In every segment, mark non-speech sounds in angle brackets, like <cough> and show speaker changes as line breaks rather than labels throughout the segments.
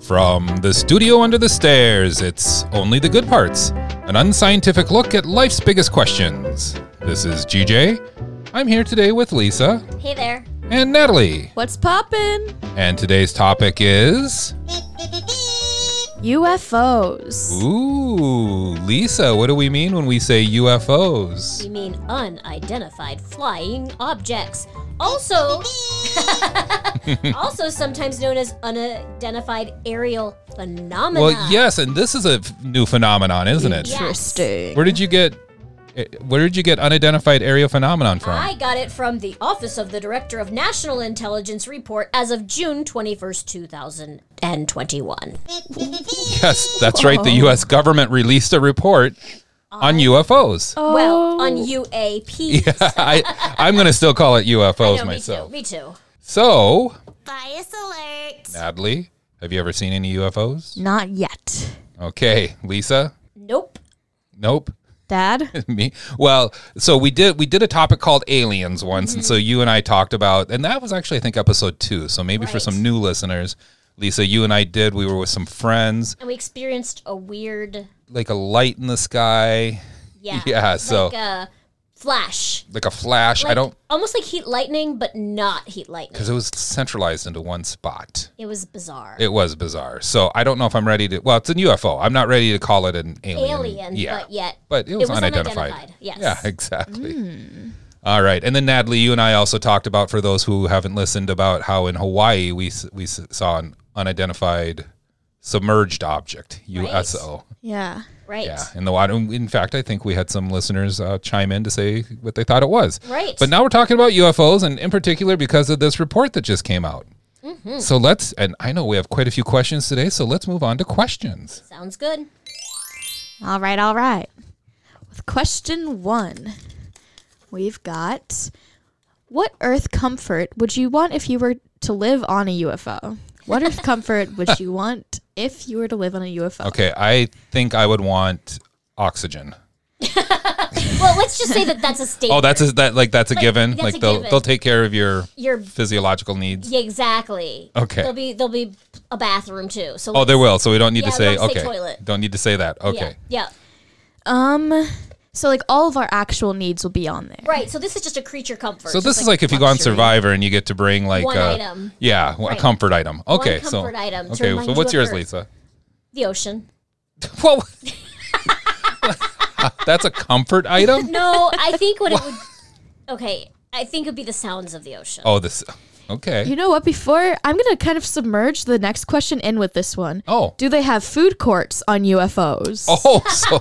From the studio under the stairs, it's Only the Good Parts, an unscientific look at life's biggest questions. This is GJ. I'm here today with Lisa
Hey there.
and Natalie,
What's poppin'?
and today's topic is.
UFOs.
Ooh, Lisa, what do we mean when we say UFOs?
You mean unidentified flying objects. Also, <laughs> also sometimes known as unidentified aerial phenomena.
Well, yes, and this is a f- new phenomenon, isn't it?
Yeah.
Interesting.
Where did you get eh, where did you get unidentified aerial phenomenon from?
I got it from the Office of the Director of National Intelligence report as of June 21st, 2021.
yes, that's right.
Oh.
The US government released a report on UFOs.
Oh,
Well,
<laughs>
on UAP.
I, I'm going to still call it UFOs
No, me
myself.
too. Me too.
So,
Bias alert.
Natalie, have you ever seen any UFOs?
not yet.
Okay, Lisa?
Nope.
Nope. <laughs>
Dad?
me well so we did we did a topic called aliens once and so
Mm-hmm.
you and i talked about and that was actually i think episode two so maybe for
Right.
some new listeners lisa you and i did we were with some friends
And we experienced a weird,
like a light in the sky
yeah,
Yeah,
like
so-
a flash.
like a flash i
Like-
don't
almost like heat lightning, but not heat lightning.
because it was centralized into one spot
It was bizarre.
it was bizarre so i don't know if i'm ready to well it's an ufo i'm not ready to call it an alien
Alien,
yeah
but yet
but it was,
was
unidentified.
unidentified, yes.
Yeah, exactly. All right, and then Natalie, you and I also talked about for those who haven't listened about how in Hawaii we s- we s- saw an unidentified submerged object USO.
<laughs> Yeah.
right?
Yeah, in the water. In fact, I think we had some listeners uh, chime in to say what they thought it was.
Right.
But now we're talking about UFOs, and in particular because of this report that just came out. So let's, and I know we have quite a few questions today, so let's move on to questions.
Sounds good.
All right, all right. With question one, we've got What earth comfort would you want if you were to live on a UFO? What earth comfort would you want if you were to live on a UFO?
Okay, I think I would want oxygen.
Well, let's just say that that's
<laughs>
a statement.
Oh, that's a, that like that's a given.
that's
like
a
they'll
given.
they'll take care of your
You're
physiological needs.
yeah, exactly.
Okay.
There'll be there'll be a bathroom too. So
Oh, there will. So we don't need to
Yeah,
say
don't say
okay.
toilet.
Don't need to say that.
yeah,
Okay.
yeah,
Um, so like all of our actual needs will be on there.
right. So this is just a creature comfort.
So
It's
this is like if you go on
luxury.
Survivor and you get to bring like
One
uh,
item.
Yeah, a comfort item. Okay, so
comfort item to
okay.
remind
So
you
what's
of
yours,
Earth.
Lisa? <laughs>
the ocean.
Well, <laughs> that's a comfort item.
No, I
<laughs>
think what it would. Okay, I think it would be the sounds of the ocean.
Oh, this. Okay.
You know what? Before I'm gonna kind of submerge the next question in with this one.
Oh.
do they have food courts on
<laughs>
UFOs?
Oh, so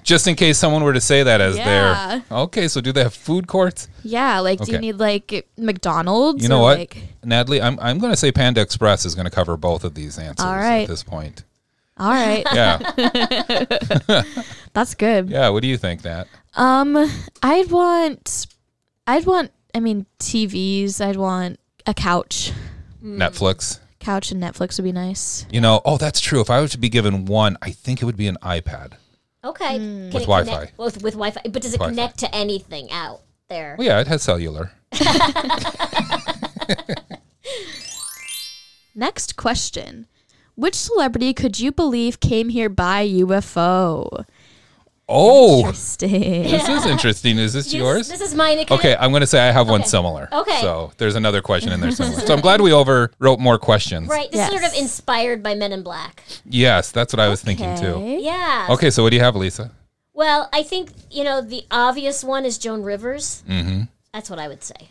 <laughs> just in case someone were to say that as
Yeah.
their okay. So do they have food courts?
yeah. Like, do you
Okay.
need like McDonald's?
You know
or,
what,
Like,
Natalie? I'm I'm going to say Panda Express is going to cover both of these answers
All
at
right.
this point.
all <laughs> right,
Yeah,
that's good.
yeah. What do you think, Nat?
Um, I'd want, I'd want. I mean, TVs. I'd want a couch.
Netflix.
Couch and Netflix would be nice.
You know, oh, that's true. If I were to be given one, I think it would be an iPad.
Okay, Can
Oh. With
it
Wi-Fi.
connect- With, with Wi-Fi, but does it
Wi-Fi.
connect to anything out there?
Well, yeah, it has cellular.
Next question: Which celebrity could you believe came here by UFO?
Oh,
Interesting.
this is interesting. Is this
This-
yours?
This is mine. It kinda-
Okay, I'm going to say I have one similar.
Okay.
So there's another question in there somewhere. so I'm glad we over wrote more questions.
Right. This is sort of
Yes.
inspired by Men in Black.
Yes, that's what I was thinking too.
Okay.
Yeah.
Okay, so what do you have, Lisa?
Well, I think you know the obvious one is Joan Rivers. Mm-hmm. That's what I would say.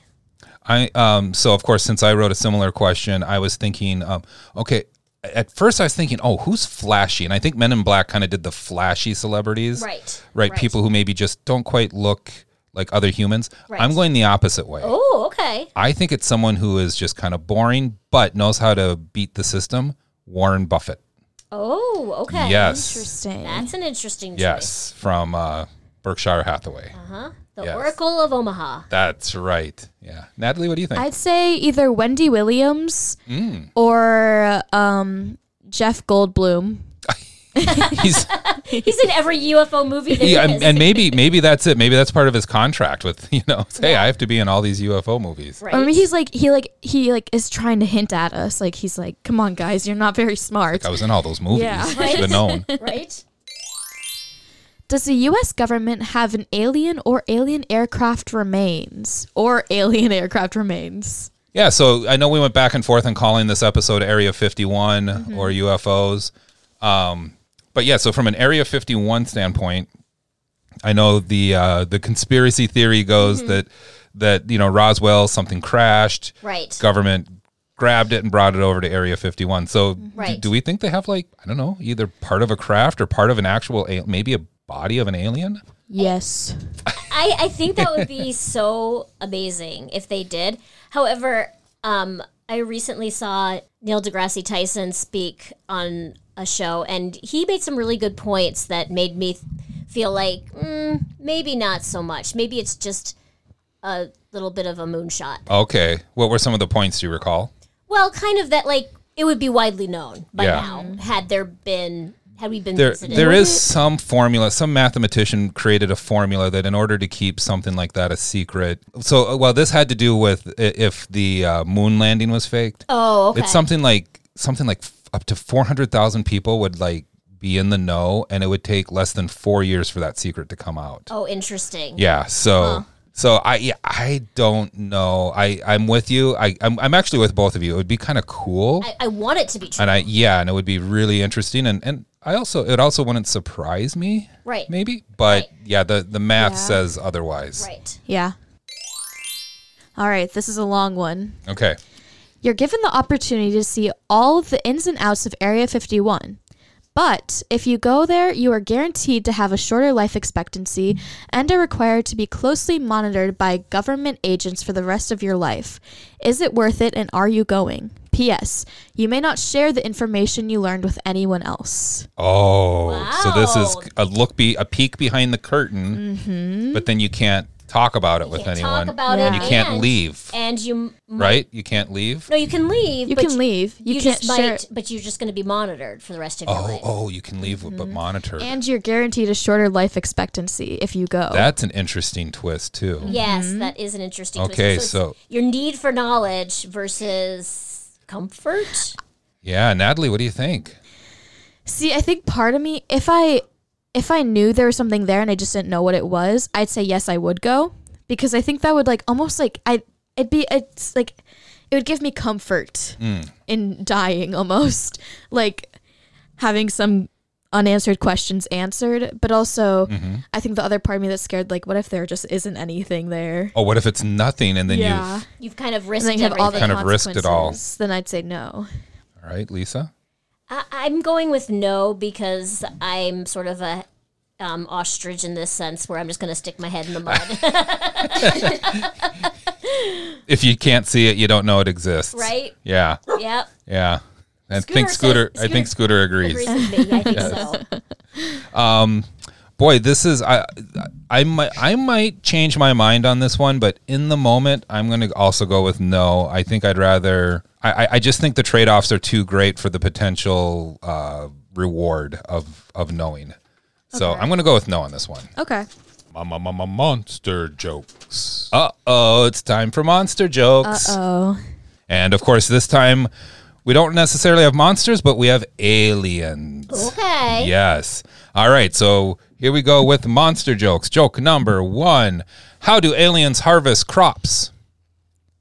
I um so of course since I wrote a similar question, I was thinking um okay, at first I was thinking, oh, who's flashy? And I think Men in Black kind of did the flashy celebrities.
Right.
Right,
Right.
people who maybe just don't quite look like other humans.
Right.
I'm going the opposite way.
Oh, okay.
I think it's someone who is just kind of boring but knows how to beat the system, Warren Buffett.
Oh, okay.
Yes.
Interesting.
That's an interesting choice.
Yes, from uh, Berkshire
Uh-huh.
Hathaway.
The
Yes.
Oracle of Omaha.
That's right. Yeah. Natalie, what do you <laughs> think?
I'd say either Wendy
Mm.
Williams or um, Jeff Goldblum.
He's
He's in every <laughs> UFO movie. There
yeah,
is.
and, <laughs> and
<laughs>
maybe maybe that's it. Maybe that's part of his contract with <laughs> you know. it's, hey, I have to be in all these UFO movies.
right.
I mean, he's like he like he like is trying to hint at us. Like he's like, "Come on, guys, you're not very smart."
I was in all those movies.
Yeah.
I should have
<laughs>
known.
<laughs> right?
Does the U.S. government have an alien or alien aircraft remains or alien aircraft remains?
Yeah, so I know we went back and forth on calling this episode Area 51
Mm-hmm.
or UFOs. Um, but yeah, so from an Area 51 standpoint, I know the uh, the conspiracy theory goes
Mm-hmm.
that that you know Roswell something crashed,
Right.
government grabbed it and brought it over to Area 51. So d-
Right.
do we think they have like I don't know, either part of a craft or part of an actual al- maybe a body of an alien?
Yes.
I, I think that
<laughs>
would be so amazing if they did. However, um, I recently saw Neil deGrasse Tyson speak on a show, and he made some really good points that made me th- feel like mm, maybe not so much. Maybe it's just a little bit of a moonshot.
Okay. What were some of the points you recall?
Well, kind of that, like, it would be widely known by
Yeah.
now had there been. Had we been
there
visited.
there is some formula some mathematician created a formula that in order to keep something like that a secret so uh, well this had to do with i- if the uh, moon landing was faked
Oh, okay.
it's something like something like f- up to 400,000 people would like be in the know and it would take less than 4 years for that secret to come out
oh, interesting.
yeah. So so I yeah, I don't know. I I'm with you. I I'm, I'm actually with both of you. It would be kind of cool.
I, I want it to be true.
and I yeah, and it would be really interesting. And and I also it also wouldn't surprise me,
Right.
maybe. But yeah, the the math
Yeah.
says otherwise.
Right.
Yeah. All right, this is a long one.
Okay.
You're given the opportunity to see all of the ins and outs of Area 51. But if you go there, you are guaranteed to have a shorter life expectancy and are required to be closely monitored by government agents for the rest of your life. Is it worth it and are you going? P.S. You may not share the information you learned with anyone else.
Oh, so this
Wow. Mm-hmm.
is a look be a peek behind the curtain, but then you can't talk about it with
can't talk
anyone.
about
and
it,
you can't
and-
leave,
And you m-
right? You can't leave.
No, you can leave.
You
but
can leave. You,
You,
can't
just
share.
might, but you're just going to be monitored for the rest of your
Oh,
life.
oh, you can leave, but
Mm-hmm.
monitor.
And you're guaranteed a shorter life expectancy if you go.
That's an interesting twist too.
Yes,
Mm-hmm.
that is an interesting. twist.
Okay,
it's
so-
your need for knowledge versus comfort.
Yeah, Natalie, what do you think?
See, I think part of me, if I if I knew there was something there and I just didn't know what it was, I'd say yes, I would go because I think that would like almost like I it'd be it's like it would give me comfort
Mm.
in dying almost <laughs> like having some unanswered questions answered, but also
Mm-hmm.
I think the other part of me that's scared like what if there just isn't anything there?
Oh, what if it's nothing and then
yeah.
you
You've kind of
And
risked
then you have all the
everything.
Kind of risked it all.
consequences, Then I'd say no.
All right, Lisa?
I, I'm going with no because I'm sort of a um, ostrich in this sense, where I'm just going to stick my head in
<laughs>
the mud.
If you can't see it, you don't know it exists.
Right.
Yeah.
yep,
Yeah. I
Scooter
think
says-
Scooter, I think
Scooter
Scooter agrees.
agrees with me. I think so.
Boy, this is I, I might I might change my mind on this one, but in the moment, I'm going to also go with no. I think I'd rather. I, I- I just think the trade offs are too great for the potential uh, reward of of knowing. So I'm going to go with no on this one.
Okay.
Mama, mama, monster jokes.
Uh oh, it's time for monster jokes.
Oh.
And of course, this time we don't necessarily have monsters, but we have aliens.
Okay.
Yes. All right. So here we go with monster jokes. Joke number one How do aliens harvest crops?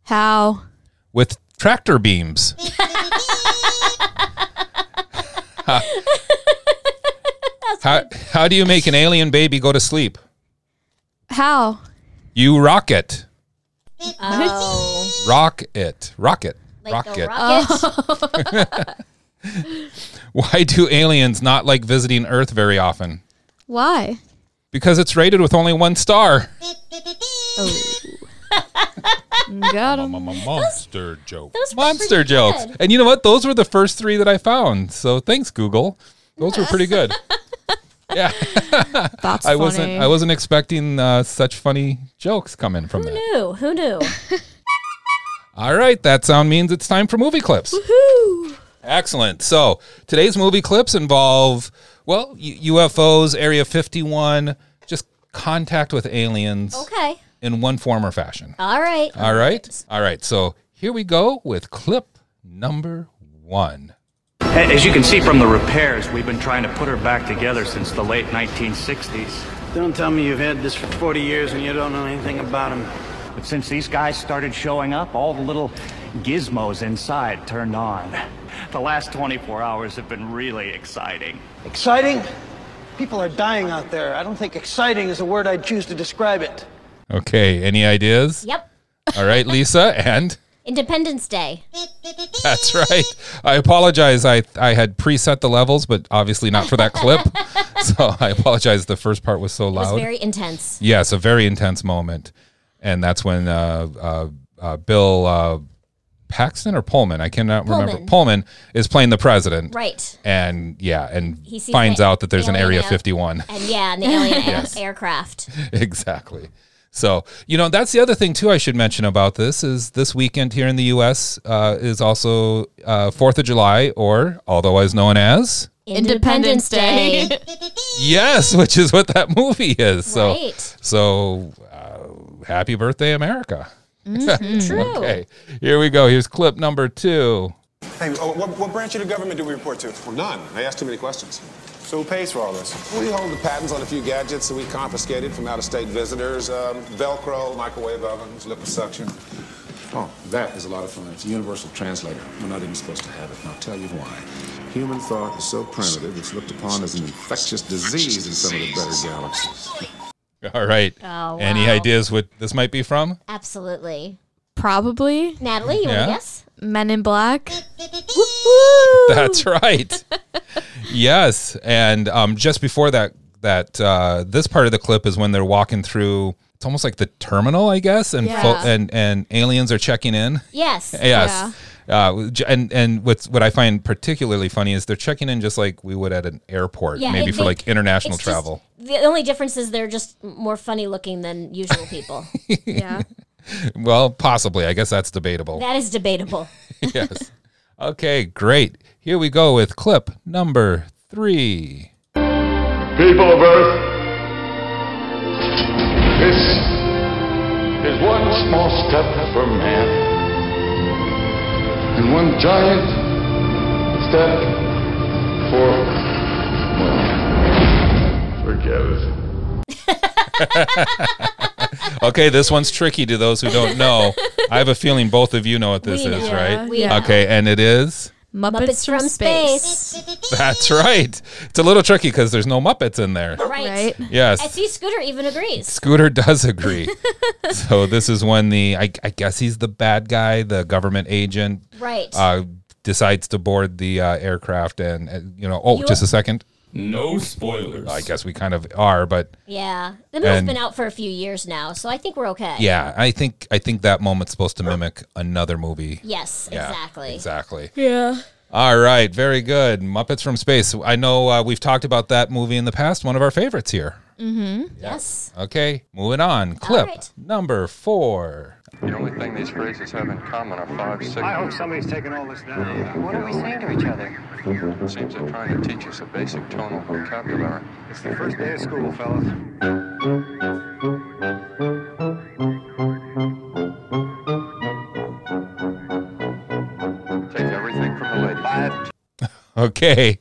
How?
With tractor beams. how, how do you make an alien baby go to sleep?
How?
You rock it.
Oh,
Rock it. Rock it.
like
rock
the
it.
Uh.
rocket.
Why do aliens not like visiting Earth very often?
<laughs> Why?
Because it's rated with only one
<laughs>
star. <laughs>
Got 'em.
Mama, monster jokes.
Those were
monster
pretty
jokes.
good.
And you know what? Those were the first three that I found. So thanks, Google. Those were pretty
<laughs>
good. yeah,
That's
I wasn't. I wasn't expecting uh, such funny jokes coming from that.
Who knew? Who knew?
All right, that sound means it's time for movie clips. Excellent. So today's movie clips involve Well, U- UFOs, Area 51, just contact with aliens
Okay.
in one form or fashion.
All right.
All right. All right. So here we go with clip number one.
As you can see from the repairs, we've been trying to put her back together since the late 1960s.
Don't tell me you've had this for 40 years and you don't know anything about him.
But since these guys started showing up, all the little gizmos inside turned on. The last 24 hours have been really exciting.
Exciting? People are dying out there. I don't think exciting is a word I'd choose to describe it.
Okay. Any ideas?
Yep.
All right, Lisa. And <laughs>
Independence Day.
that's right. I apologize. I, I had preset the levels, but obviously not for that
<laughs>
clip. so I apologize. The first part was so
It was
loud.
very intense.
Yes, a very intense moment, and that's when uh, uh, uh, Bill uh, Paxton or Pullman, I cannot remember.
Pullman.
Pullman is playing the president,
Right.
And yeah, and
He sees
finds
the
out that there's an
alien
Area
out.
51.
And yeah, and the alien air- aircraft.
<laughs> exactly. So you know that's the other thing too. I should mention about this is this weekend here in the U.S. Uh, is also uh, Fourth of July, or otherwise known as
Independence Day. <laughs>
yes, which is what that movie is. So
right.
so uh, happy birthday, America.
Mm.
True.
Okay, here we go. Here's clip number two. <laughs>
Hey, oh, what, what branch of the government do we report to?
Well, none. I asked too many questions.
So who pays for all this?
We hold the patents on a few gadgets that we confiscated from out-of-state visitors: um, Velcro, microwave ovens, liposuction. Oh, that is a lot of fun. It's a universal translator. We're not even supposed to have it, and I'll tell you why. Human thought is so primitive; it's looked upon as an infectious disease in some of the better galaxies.
All right.
Oh,
Any
wow.
ideas what this might be
<laughs>
from?
Absolutely.
Probably
Natalie, you
Yeah?
want to guess?
Men in
<laughs>
Black.
That's right. yes, and um, just before that, that uh, this part of the clip is when they're walking through. It's almost like the terminal, I guess, and fo-
Yeah.
and and aliens are checking in.
Yes.
Yes. Uh, j- and and what's what I find particularly funny is they're checking in just like we would at an airport,
Yeah,
maybe
it-
for
they-
like international
it's just-
travel.
the only difference is they're just more funny looking than usual
<laughs>
people.
Yeah.
well, possibly. I guess that's debatable.
that is debatable.
yes. Okay, great. Here we go with clip number three.
People of Earth, this is one small step for man and one giant step for, well, forget it.
Okay, this one's tricky to those who don't know. I have a feeling both of you know what this
We
is,
know.
right?
We know.
Okay, and it is.
Muppets,
Muppets
from, space.
That's right. It's a little tricky because there's no Muppets in there.
Right.
Right.
I
Yes.
see Scooter even agrees.
Scooter does agree. so this is when the I, I guess he's the bad guy, the government agent,
Right.
uh, decides to board the uh, aircraft, and uh, you know, oh, just a second.
No spoilers.
I guess we kind of are, but
yeah. The movie's
and-
been out for a few years now, so I think we're okay.
yeah, I think I think that moment's supposed to mimic another movie.
Yes,
Yeah,
exactly.
Exactly. Yeah. All right. Very good. Muppets from Space. I know uh, we've talked about that movie in the past. One of our favorites here.
Yes.
Okay. Moving on. Clip
right.
number four.
The only thing these phrases have in common are five
I
signals.
hope somebody's taking all this down.
What are we saying to each other? Seems they're trying to teach us a basic tonal vocabulary.
It's the first day of school, fellas.
Take everything from the lady.
Five,
Okay.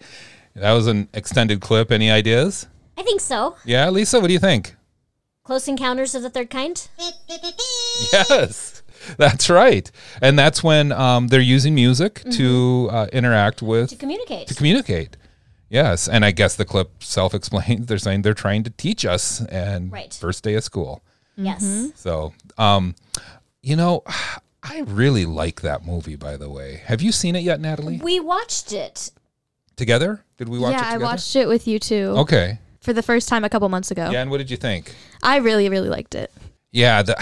That was an extended clip. Any ideas?
I think so.
Yeah, Lisa, what do you
<laughs>
think?
Close Encounters of the Third Kind?
Yes. That's right. And that's when um, they're using music to uh, interact with
Mm-hmm. To communicate.
to communicate. Yes, and I guess the clip self-explains. They're saying they're trying to teach us, and
Right.
first day of school.
yes.
Mm-hmm.
So, um, you know, I really like that movie. By the way, have you seen it yet, Natalie?
We watched it.
together? Did we watch
yeah,
it
I
together?
watched Oh. it with you too
Okay.
for the first time a couple months ago.
Yeah, and what did you think?
I really, really liked it.
Yeah, the,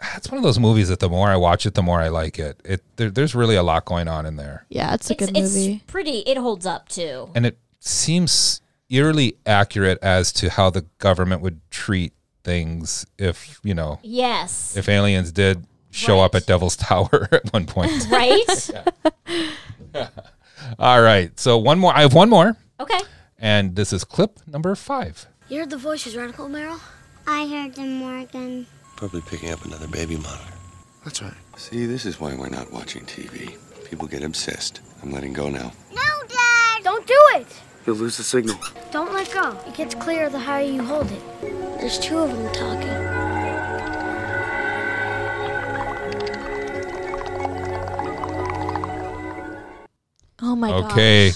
that's one of those movies that the more I watch it, the more I like it. It there, there's really a lot going on in there,
Yeah, it's a
It's,
good
it's
movie.
pretty. It holds up too.
and it seems eerily accurate as to how the government would treat things if you know
Yes.
if aliens did show up
Right.
at Devil's <laughs> Tower at one point. <laughs>
Right?
All right. So one more I have one more
Okay.
And this is clip number five.
You heard the voices, right, Uncle Merrill?
I heard them, Morgan.
Probably picking up another baby monitor.
That's right.
See, this is why we're not watching TV. People get obsessed. I'm letting go now.
No, Dad!
Don't do it!
You'll lose the signal.
Don't let go. It gets clearer the higher you hold it. There's two of them talking.
Oh my god.
Okay.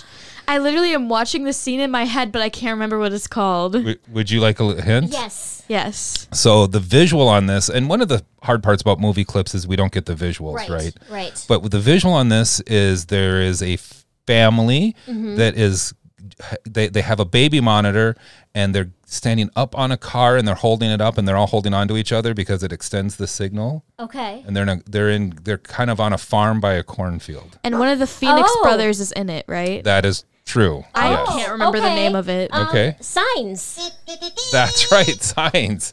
I literally am watching the scene in my head, but I can't remember what it's
<laughs>
called.
W- would you like a li- hint?
Yes.
Yes.
So the visual on this, and one of the hard parts about movie clips is we don't get the visuals, right?
Right, right.
But with the visual on this is there is a family
Mhm.
that is they they have a baby monitor and they're standing up on a car and they're holding it up and they're all holding on to each other because it extends the signal
Okay.
and they're in a, they're in they're kind of on a farm by a cornfield.
And one of the Phoenix
Oh.
brothers is in it, right?
That is true.
I
Yes.
can't remember the
okay.
name of it.
Um,
Okay.
Signs.
That's right, <laughs> signs.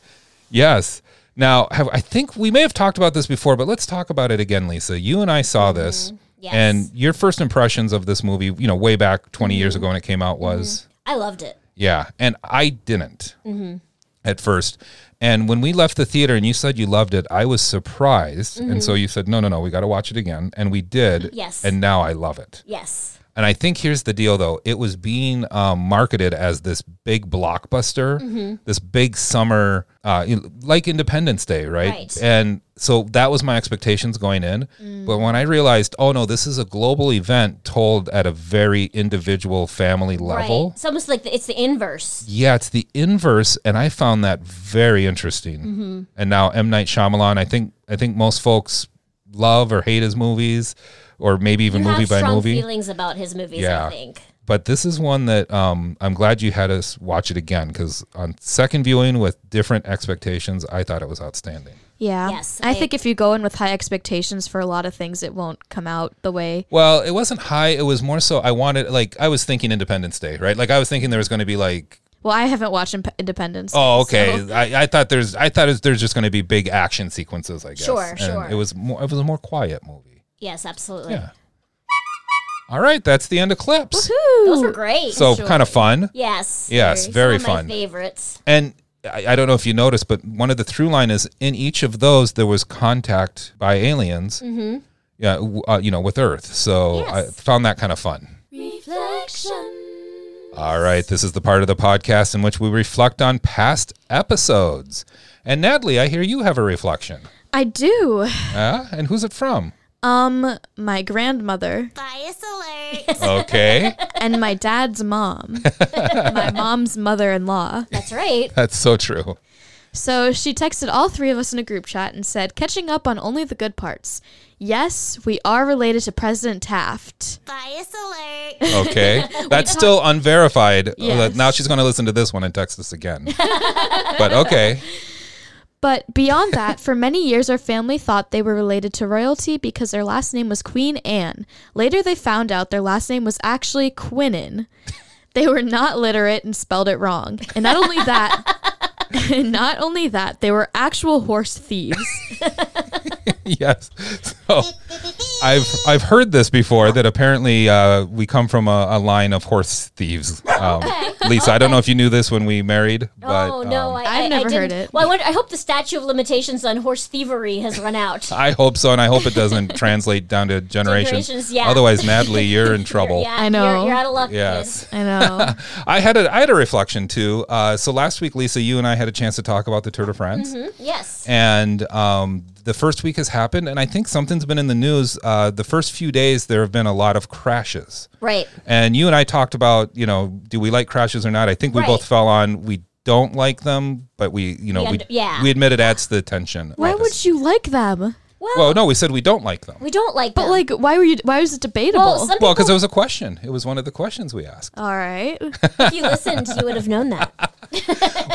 Yes. Now, have, I think we may have talked about this before, but let's talk about it again, Lisa. You and I saw this,
Mm-hmm. Yes.
and your first impressions of this movie, you know, way back 20 years
Mm-hmm.
ago when it came out was,
I loved it.
yeah, and I didn't
Mhm.
at first. And when we left the theater and you said you loved it, I was surprised.
Mhm.
And so you said, no, no, no, we got to watch it again. And we did.
Yes.
And now I love it.
Yes.
And I think here's the deal, though. It was being um, marketed as this big blockbuster,
Mhm.
this big summer, uh, you- like Independence Day, right?
Right. Mm.
And so that was my expectations going in. But when I realized, oh no, this is a global event told at a very individual family level.
Right. It's almost like the, it's the inverse.
Yeah, it's the inverse, and I found that very interesting.
Mhm.
And now M Night Shyamalan, I think I think most folks love or hate his movies, or maybe even
you
movie
have
by
strong
movie.
feelings about his movies, I think.
But this is one that um, I'm glad you had us watch it again because on second viewing with different expectations, I thought it was outstanding.
Yeah.
Yes,
I,
I-
think if you go in with high expectations for a lot of things, it won't come out the way.
Well, it wasn't high. It was more so I wanted, like, I was thinking Independence Day, right? Like, I was thinking there was going to be like,
Well, I haven't watched Imp- Independence.
oh,
Day,
okay.
so-
I, I thought there's, I thought it was- there's just going to be big action sequences. I guess.
Sure,
And
sure.
It was more, it was a more quiet movie.
Yes, absolutely.
Yeah. All right, that's the end of clips.
Those were great.
So kind of fun.
Yes.
Yes, very
Some of my
fun.
favorites.
And I, I don't know if you noticed, but one of the through line is in each of those there was contact by aliens.
Mm-hmm.
Yeah, w- uh, you know, with Earth. So I found that kind of fun. All right, this is the part of the podcast in which we reflect on past episodes. And Natalie, I hear you have a reflection.
I do.
Uh, and who's it from?
Um, my grandmother.
Okay,
and my dad's
<laughs>
mom, my mom's mother in law.
<laughs> That's right.
that's so true.
So she texted all three of us in a group chat and said, catching up on only the good parts. Yes, we are related to President Taft.
Okay, that's still unverified. uh,
Yes.
Now she's going to listen to this one and text us again. but okay,
But beyond that, for many years, our family thought they were related to royalty because their last name was Queen Anne. Later, they found out their last name was actually Quinnen. They were not literate and spelled it wrong. And not only that, <laughs> and not only that, they were actual horse thieves.
<laughs> yes. So I've I've heard this before that apparently uh, we come from a, a line of horse thieves. Um, Lisa, I don't know if you knew this when we married, but um,
oh no, I, I-
I've
I
never heard
didn't-
it.
Well, I, wonder, I hope the statute of limitations on horse thievery has run out.
I hope so, and I hope it doesn't <laughs> translate down to generations.
Generations, yeah.
Otherwise,
<laughs>
Natalie, you're in trouble.
Yeah,
I know.
You're, you're out of luck. kid.
Yes.
I know.
I had a I had a reflection too. Uh, so last week, Lisa, you and I had a chance to talk about the Tour de France.
Mhm, Yes.
and um, the first week has happened and i think something's been in the news uh, the first few days there have been a lot of crashes
Right.
and you and i talked about you know do we like crashes or not i think we
Right.
both fell on we don't like them but we you know
We
we,
under- yeah.
we admit it adds to the tension
Why would you like them?
Well,
well no we said we don't like them
we don't like.
But
them.
like, why were you? Why was it debatable?
well, some
well because it
people,
was a question it was one of the questions we asked
All right.
if you listened, you would have known that.
<laughs>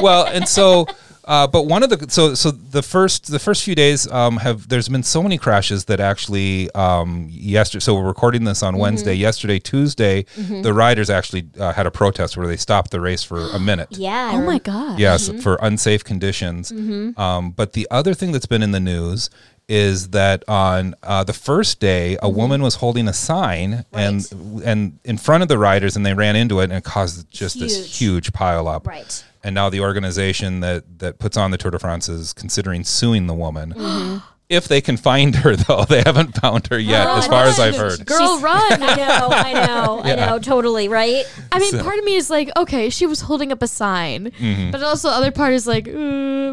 well, and
<laughs>
so, uh, but one of the so so the first the first few days um, have there's been so many crashes that actually um, yesterday. So we're recording this
Mm-hmm.
on Wednesday. Yesterday, Tuesday,
Mhm.
the riders actually uh, had a protest where they stopped the race for a minute.
Yeah. I
Oh my
rem-
god.
Yes, for unsafe conditions.
Mhm.
Um, but the other thing that's been in the news is that on uh, the first day a woman was holding a sign and and in front of the riders and they ran into it and it caused just this huge pile up.
Right.
And now the organization that that puts on the Tour de France is considering suing the woman.
Mhm.
If they can find her, though, they haven't found her yet, as far as I've heard.
Girl, <laughs> run!
I know, I know, I
Yeah.
know, totally, right?
I mean,
So-
part of me is like, okay, she was holding up a sign,
Mhm.
but also the other part is like, uh,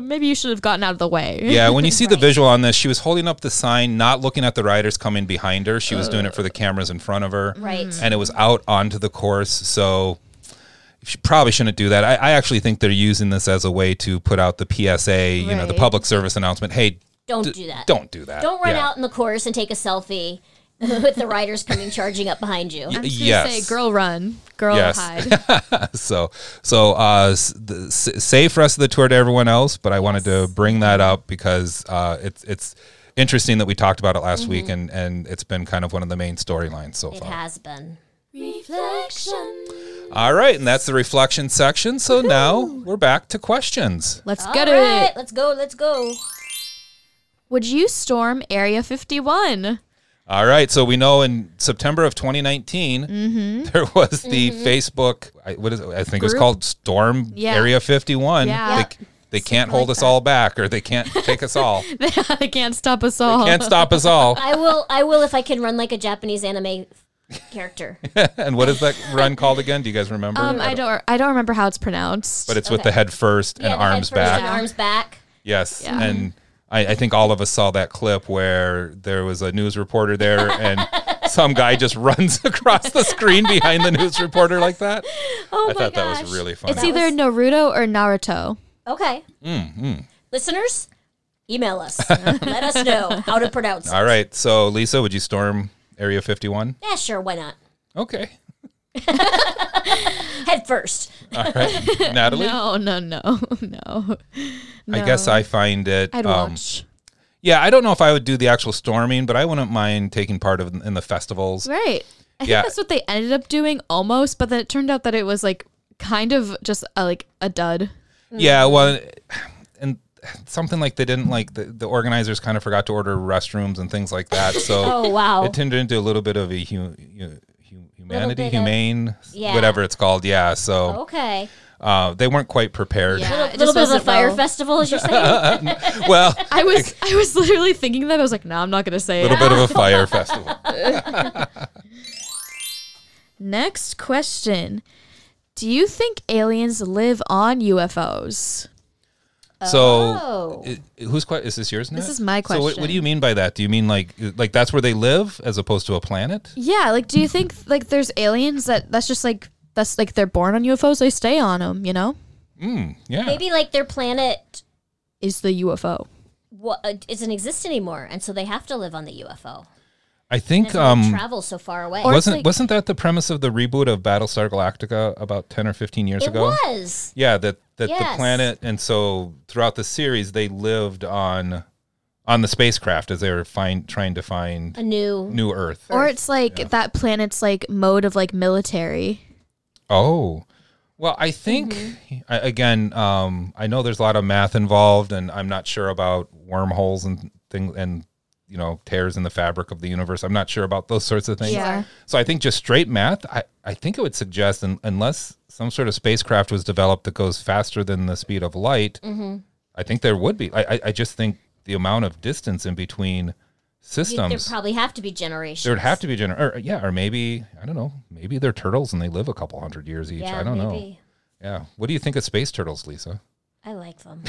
maybe you should have gotten out of the way.
Yeah, when you see the visual on this, she was holding up the sign, not looking at the riders coming behind her. She was doing it for the cameras in front of her.
Mm.
Right.
And it was out onto the course. So she probably shouldn't do that. I, I actually think they're using this as a way to put out the PSA, you know, the
Right.
public service announcement. Hey,
Don't
d-
do that.
Don't do that.
Don't run
Yeah.
out in the course and take a selfie <laughs> with the riders coming charging up behind you.
I'm just gonna yes. say,
girl, run, girl, hide.
<laughs> so, so uh, s- the, s- safe rest of the tour to everyone else. But I wanted to bring that up because uh, it's it's interesting that we talked about it last week, and and it's been kind of one of the main storylines so
Mm-hmm. It
far.
has been.
All right, and that's the reflection section. So now we're back to questions.
Let's
All
get
right,
it.
Let's go. Let's go.
Would you storm Area <laughs> 51?
All right, so we know in September of 2019
Mhm.
there was the
Mhm.
Facebook. I, what is it? I think it was
Group?
called Storm
Yeah.
Area 51.
Yeah.
They, they can't hold us all back, or they can't take us all.
they can't stop us all.
Can't stop us all.
I will. I will if I can run like a Japanese anime
<laughs>
character.
and what is that run called again? Do you guys remember?
Um, I don't. I don't remember how it's pronounced.
But it's with the head first and arms back.
Arms back.
Yes,
Yeah.
and I, I think all of us saw that clip where there was a news reporter there, and some guy just <laughs> runs across the screen behind the news reporter like that.
Oh
I
my
thought that
gosh.
was really funny.
It's either Naruto or Naruto.
Okay,
Mm, mm.
listeners, email us. <laughs> Let us know how to pronounce it.
All right, so Lisa, would you storm Area 51?
Yeah, sure. Why not?
Okay.
Head first.
All right, Natalie.
No, no, <laughs> no, no.
I guess
No.
I find it.
I'd
um,
watch.
Yeah, I don't know if I would do the actual storming, but I wouldn't mind taking part of in the festivals.
Right. I
Yeah.
think that's what they ended up doing almost, but then it turned out that it was like kind of just a, like a dud.
Yeah, well, and something like they didn't like the, the organizers kind of forgot to order restrooms and things like that. So
<laughs> Oh, wow.
it turned into a little bit of a hu- hu- hu-
bit
humanity,
of-
humane,
Yeah. Oh.
whatever it's called. Yeah, so
Okay.
uh, they weren't quite prepared.
A little,
it
little
just
bit of a
wasn't
fire
well-
festival, as you're saying.
<laughs>
<laughs>
well,
I was I was literally thinking that I was like, no, I'm not gonna say
a little
it.
bit of a fire festival.
Next question: Do you think aliens live on UFOs?
Oh.
So, i- who's que- is this yours?
This
Nat?
is my
So, what, what
question.
do you mean by that? Do you mean like like that's where they live as opposed to a planet?
Yeah, like, do you think like there's aliens that that's just like that's like they're born on UFOs, they stay on them, you know?
Mm, yeah.
Maybe like their planet
Is the UFO?
what, uh, isn't exist anymore, and so they have to live on the UFO.
I
And
think
it's hard to
um,
travel so far away.
wasn't wasn't that the premise of the reboot of Battlestar Galactica about ten or fifteen years
It
ago?
was.
Yeah, that that
Yes.
the planet, and so throughout the series, they lived on on the spacecraft as they were find trying to find
a new
new Earth.
Or it's like that planet's like mode of like military.
oh, well, I think I, again, um, I know there's a lot of math involved, and I'm not sure about wormholes and things and you know tears in the fabric of the universe. I'm not sure about those sorts of things.
Yeah.
So I think just straight math, I, I think it would suggest un, unless some sort of spacecraft was developed that goes faster than the speed of light,
Mhm.
I think there would be. I, I, I just think the amount of distance in between
You, there
systems,
probably have to be generations.
there would have to be gener- or uh, yeah, or maybe I don't know, maybe they're turtles and they live a couple hundred years each.
Yeah,
I don't know.
maybe.
Yeah. What do you think of space turtles, Lisa?
I like them.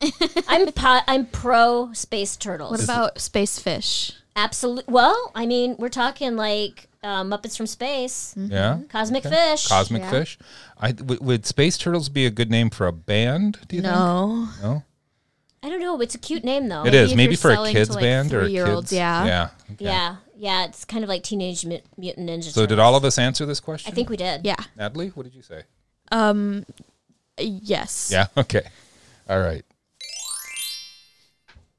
<laughs> I'm po- I'm pro space turtles.
What about space fish?
absolute? Well, I mean, we're talking like uh, Muppets from Space.
Yeah.
Cosmic
Okay.
Fish.
Cosmic fish. I w- would space turtles be a good name for a band? Do you
No.
think? No.
I don't know. It's a cute name though.
It is. Maybe for a kids band or a
three-year-olds,
kids. Yeah.
Yeah, yeah. It's kind of like Teenage Mut- Mutant Ninja.
So did
Turtles.
all of us answer this question?
I think we did.
Yeah.
Natalie, what did you say?
Um yes.
Yeah. <laughs> Okay. All right.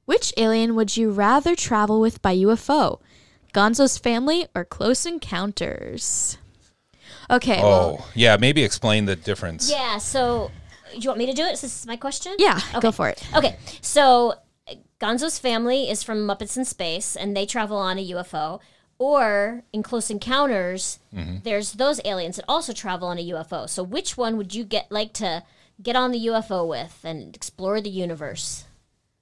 Which alien would you rather travel with by UFO? Gonzo's family or close encounters? Okay.
oh,
well,
yeah. Maybe explain the difference.
Yeah. So, do you want me to do it? Is this my question?
Yeah, go for it.
Okay. So, Gonzo's family is from Muppets in Space and they travel on a UFO. Or in Close Encounters,
Mhm.
there's those aliens that also travel on a UFO. So which one would you get like to get on the UFO with and explore the universe?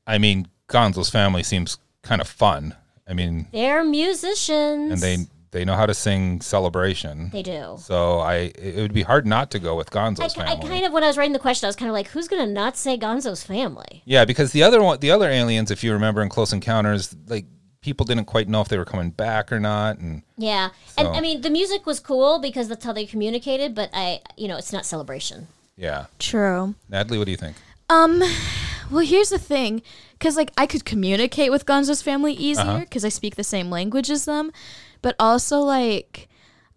I mean, Gonzo's family seems kind of fun. I mean,
They're musicians.
and they they know how to sing celebration.
They do.
So I it would be hard not to go with
I,
Gonzo's
ki- I
family.
kind of when I was writing the question, I was kind of like, who's gonna not say Gonzo's family?
yeah, because the other one, the other aliens, if you remember in Close Encounters, like people didn't quite know if they were coming back or not, and
Yeah,
So-
and I mean the music was cool because that's how they communicated. But I, you know, it's not celebration.
yeah.
True.
Natalie, what do you think?
Um, well, here's the thing, because like I could communicate with Gonzo's family easier
Uh-huh.
because I speak the same language as them, but also like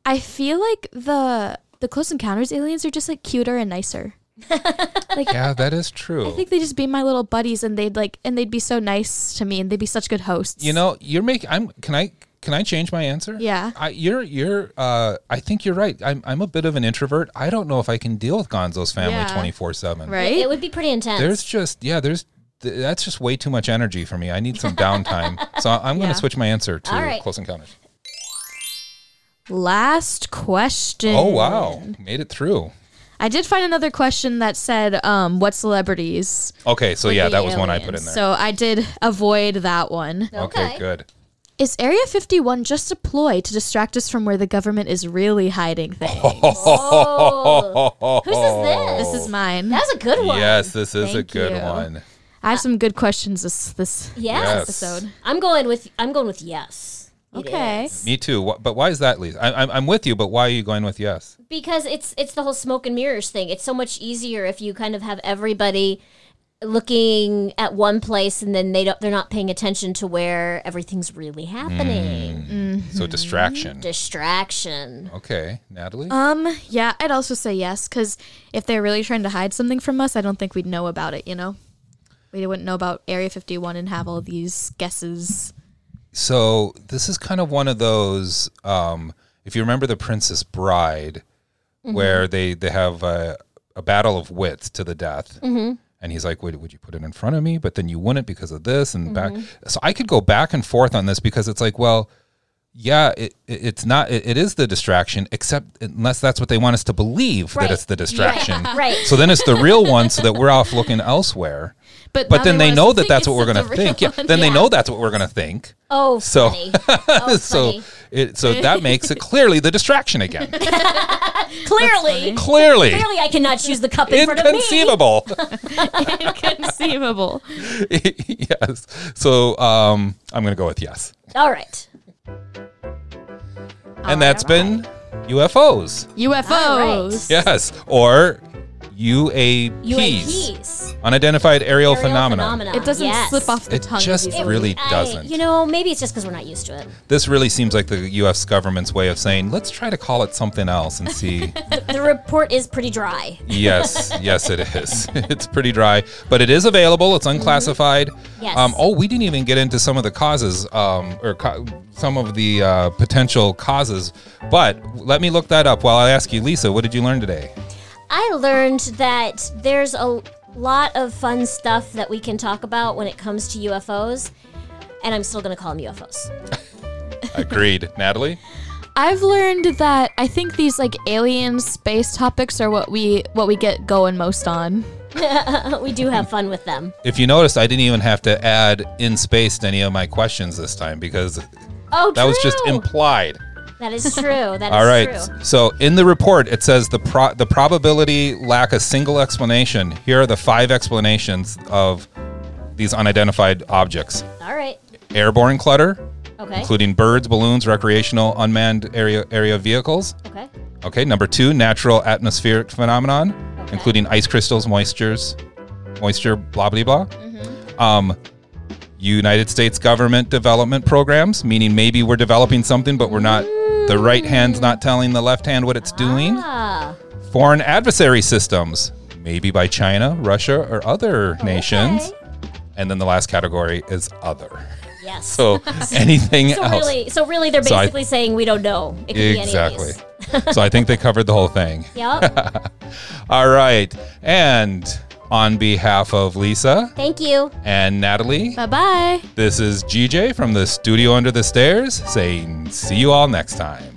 I feel like the the Close Encounters aliens are just like cuter and nicer.
yeah, that is true.
I think they just be my little buddies, and they'd like and they'd be so nice to me, and they'd be such good hosts.
You know, you're making. I'm. Can I? Can I change my answer?
Yeah.
I, you're. You're. Uh. I think you're right. I'm. I'm a bit of an introvert. I don't know if I can deal with Gonzo's family
Yeah.
twenty four seven.
It, it would be pretty intense.
There's just. Yeah. There's. th- That's just way too much energy for me. I need some
<laughs>
downtime. so I'm going to
Yeah.
switch my answer to
All right.
Close Encounters.
Last question.
Oh wow, made it through.
I did find another question that said, um, "What celebrities?"
Okay, so
would
yeah,
be
that was one I put
aliens?
in there.
So I did avoid that one.
okay. good.
Is Area 51 just a ploy to distract us from where the government is really hiding things?
Oh.
This is mine.
That's a good
Yes, this is
Thank
a good
you.
one.
I have some good questions this this
Yes.
episode.
I'm going with I'm going with yes. It
Okay.
is.
Me too. Wh- But why is that, Lisa? I, I'm, I'm with you, but why are you going with yes?
because it's it's the whole smoke and mirrors thing. It's so much easier if you kind of have everybody looking at one place and then they don't they're not paying attention to where everything's really
Hmm.
happening.
So
Mm-hmm.
distraction.
Distraction.
Okay, Natalie.
Um, yeah, I'd also say yes because if they're really trying to hide something from us, I don't think we'd know about it. You know, we wouldn't know about Area 51 and have all these guesses.
So this is kind of one of those. Um, if you remember the Princess Bride,
Mm-hmm.
where they they have a, a battle of wits to the death,
Mm-hmm.
Mhm.
and he's like, would, "Would you put it in front of me?" But then you wouldn't because of this and
Mm-hmm.
back. So I could go back and forth on this because it's like, well, yeah, it, it- it's not. It, it is the distraction, except unless that's what they want us to believe
Right.
that it's the distraction.
<laughs> Right.
So then it's the real one, so that we're off looking elsewhere.
But now
but then
they
they
want us
know
to
that
<laughs> think
that's what
it's
we're
the
gonna
real
think. Yeah.
one.
Then they
Yeah.
know
Oh,
that's what we're gonna think.
Oh,
So,
funny.
<laughs> so it so
<laughs>
that makes it clearly the distraction again.
Clearly.
<laughs> Clearly.
Clearly I cannot choose the cup in front of me.
<laughs>
Inconceivable. <laughs>
Inconceivable.
yes. So um, I'm gonna go with yes.
All right.
and that's been UFOs.
UFOs.
Yes, or UAPs,
UAPs.
unidentified aerial, phenomena.
It doesn't slip off the
It
tongue.
just
easily.
really
I-
doesn't.
You know, maybe it's just because we're not used to it.
This really seems like the U.S. government's way of saying, let's try to call it something else and see.
The, the report is pretty dry.
yes, yes, it is. <laughs> It's pretty dry, but it is available. It's unclassified.
Yes.
Um, oh, we didn't even get into some of the causes um, or co- some of the uh, potential causes, but let me look that up while I ask you, Lisa, what did you learn today?
I learned that there's a lot of fun stuff that we can talk about when it comes to UFOs, and I'm still going to call them UFOs.
Agreed. <laughs> Natalie?
I've learned that I think these like alien space topics are what we what we get going most on.
<laughs> we do have fun with them.
If you noticed, I didn't even have to add in space to any of my questions this time because
Oh,
<laughs> that was just
true.
implied.
That is
<laughs>
true. That is
All right.
true.
So in the report, it says the pro- the probability lack a single explanation. Here are the five explanations of these unidentified objects:
All right.
airborne clutter,
Okay.
including birds, balloons, recreational unmanned area area vehicles.
Okay.
Okay. Number two, natural atmospheric phenomenon, including ice crystals, moistures, moisture, blah blah blah.
Mm-hmm.
Um, United States government development programs, meaning maybe we're developing something, but we're not. The right hand's not telling the left hand what it's doing.
Ah,
Foreign adversary systems, maybe by China, Russia, or other nations. And then the last category is other.
yes. <laughs>
So anything
so
else.
really, so really, they're
So I-
basically saying we don't know. It could
exactly.
<laughs> be any of
<laughs>
these.
so I think they covered the whole thing.
Yep.
All right. And On behalf of Lisa
Thank you.
and Natalie,
Bye bye.
this is GJ from the studio under the stairs saying see you all next time.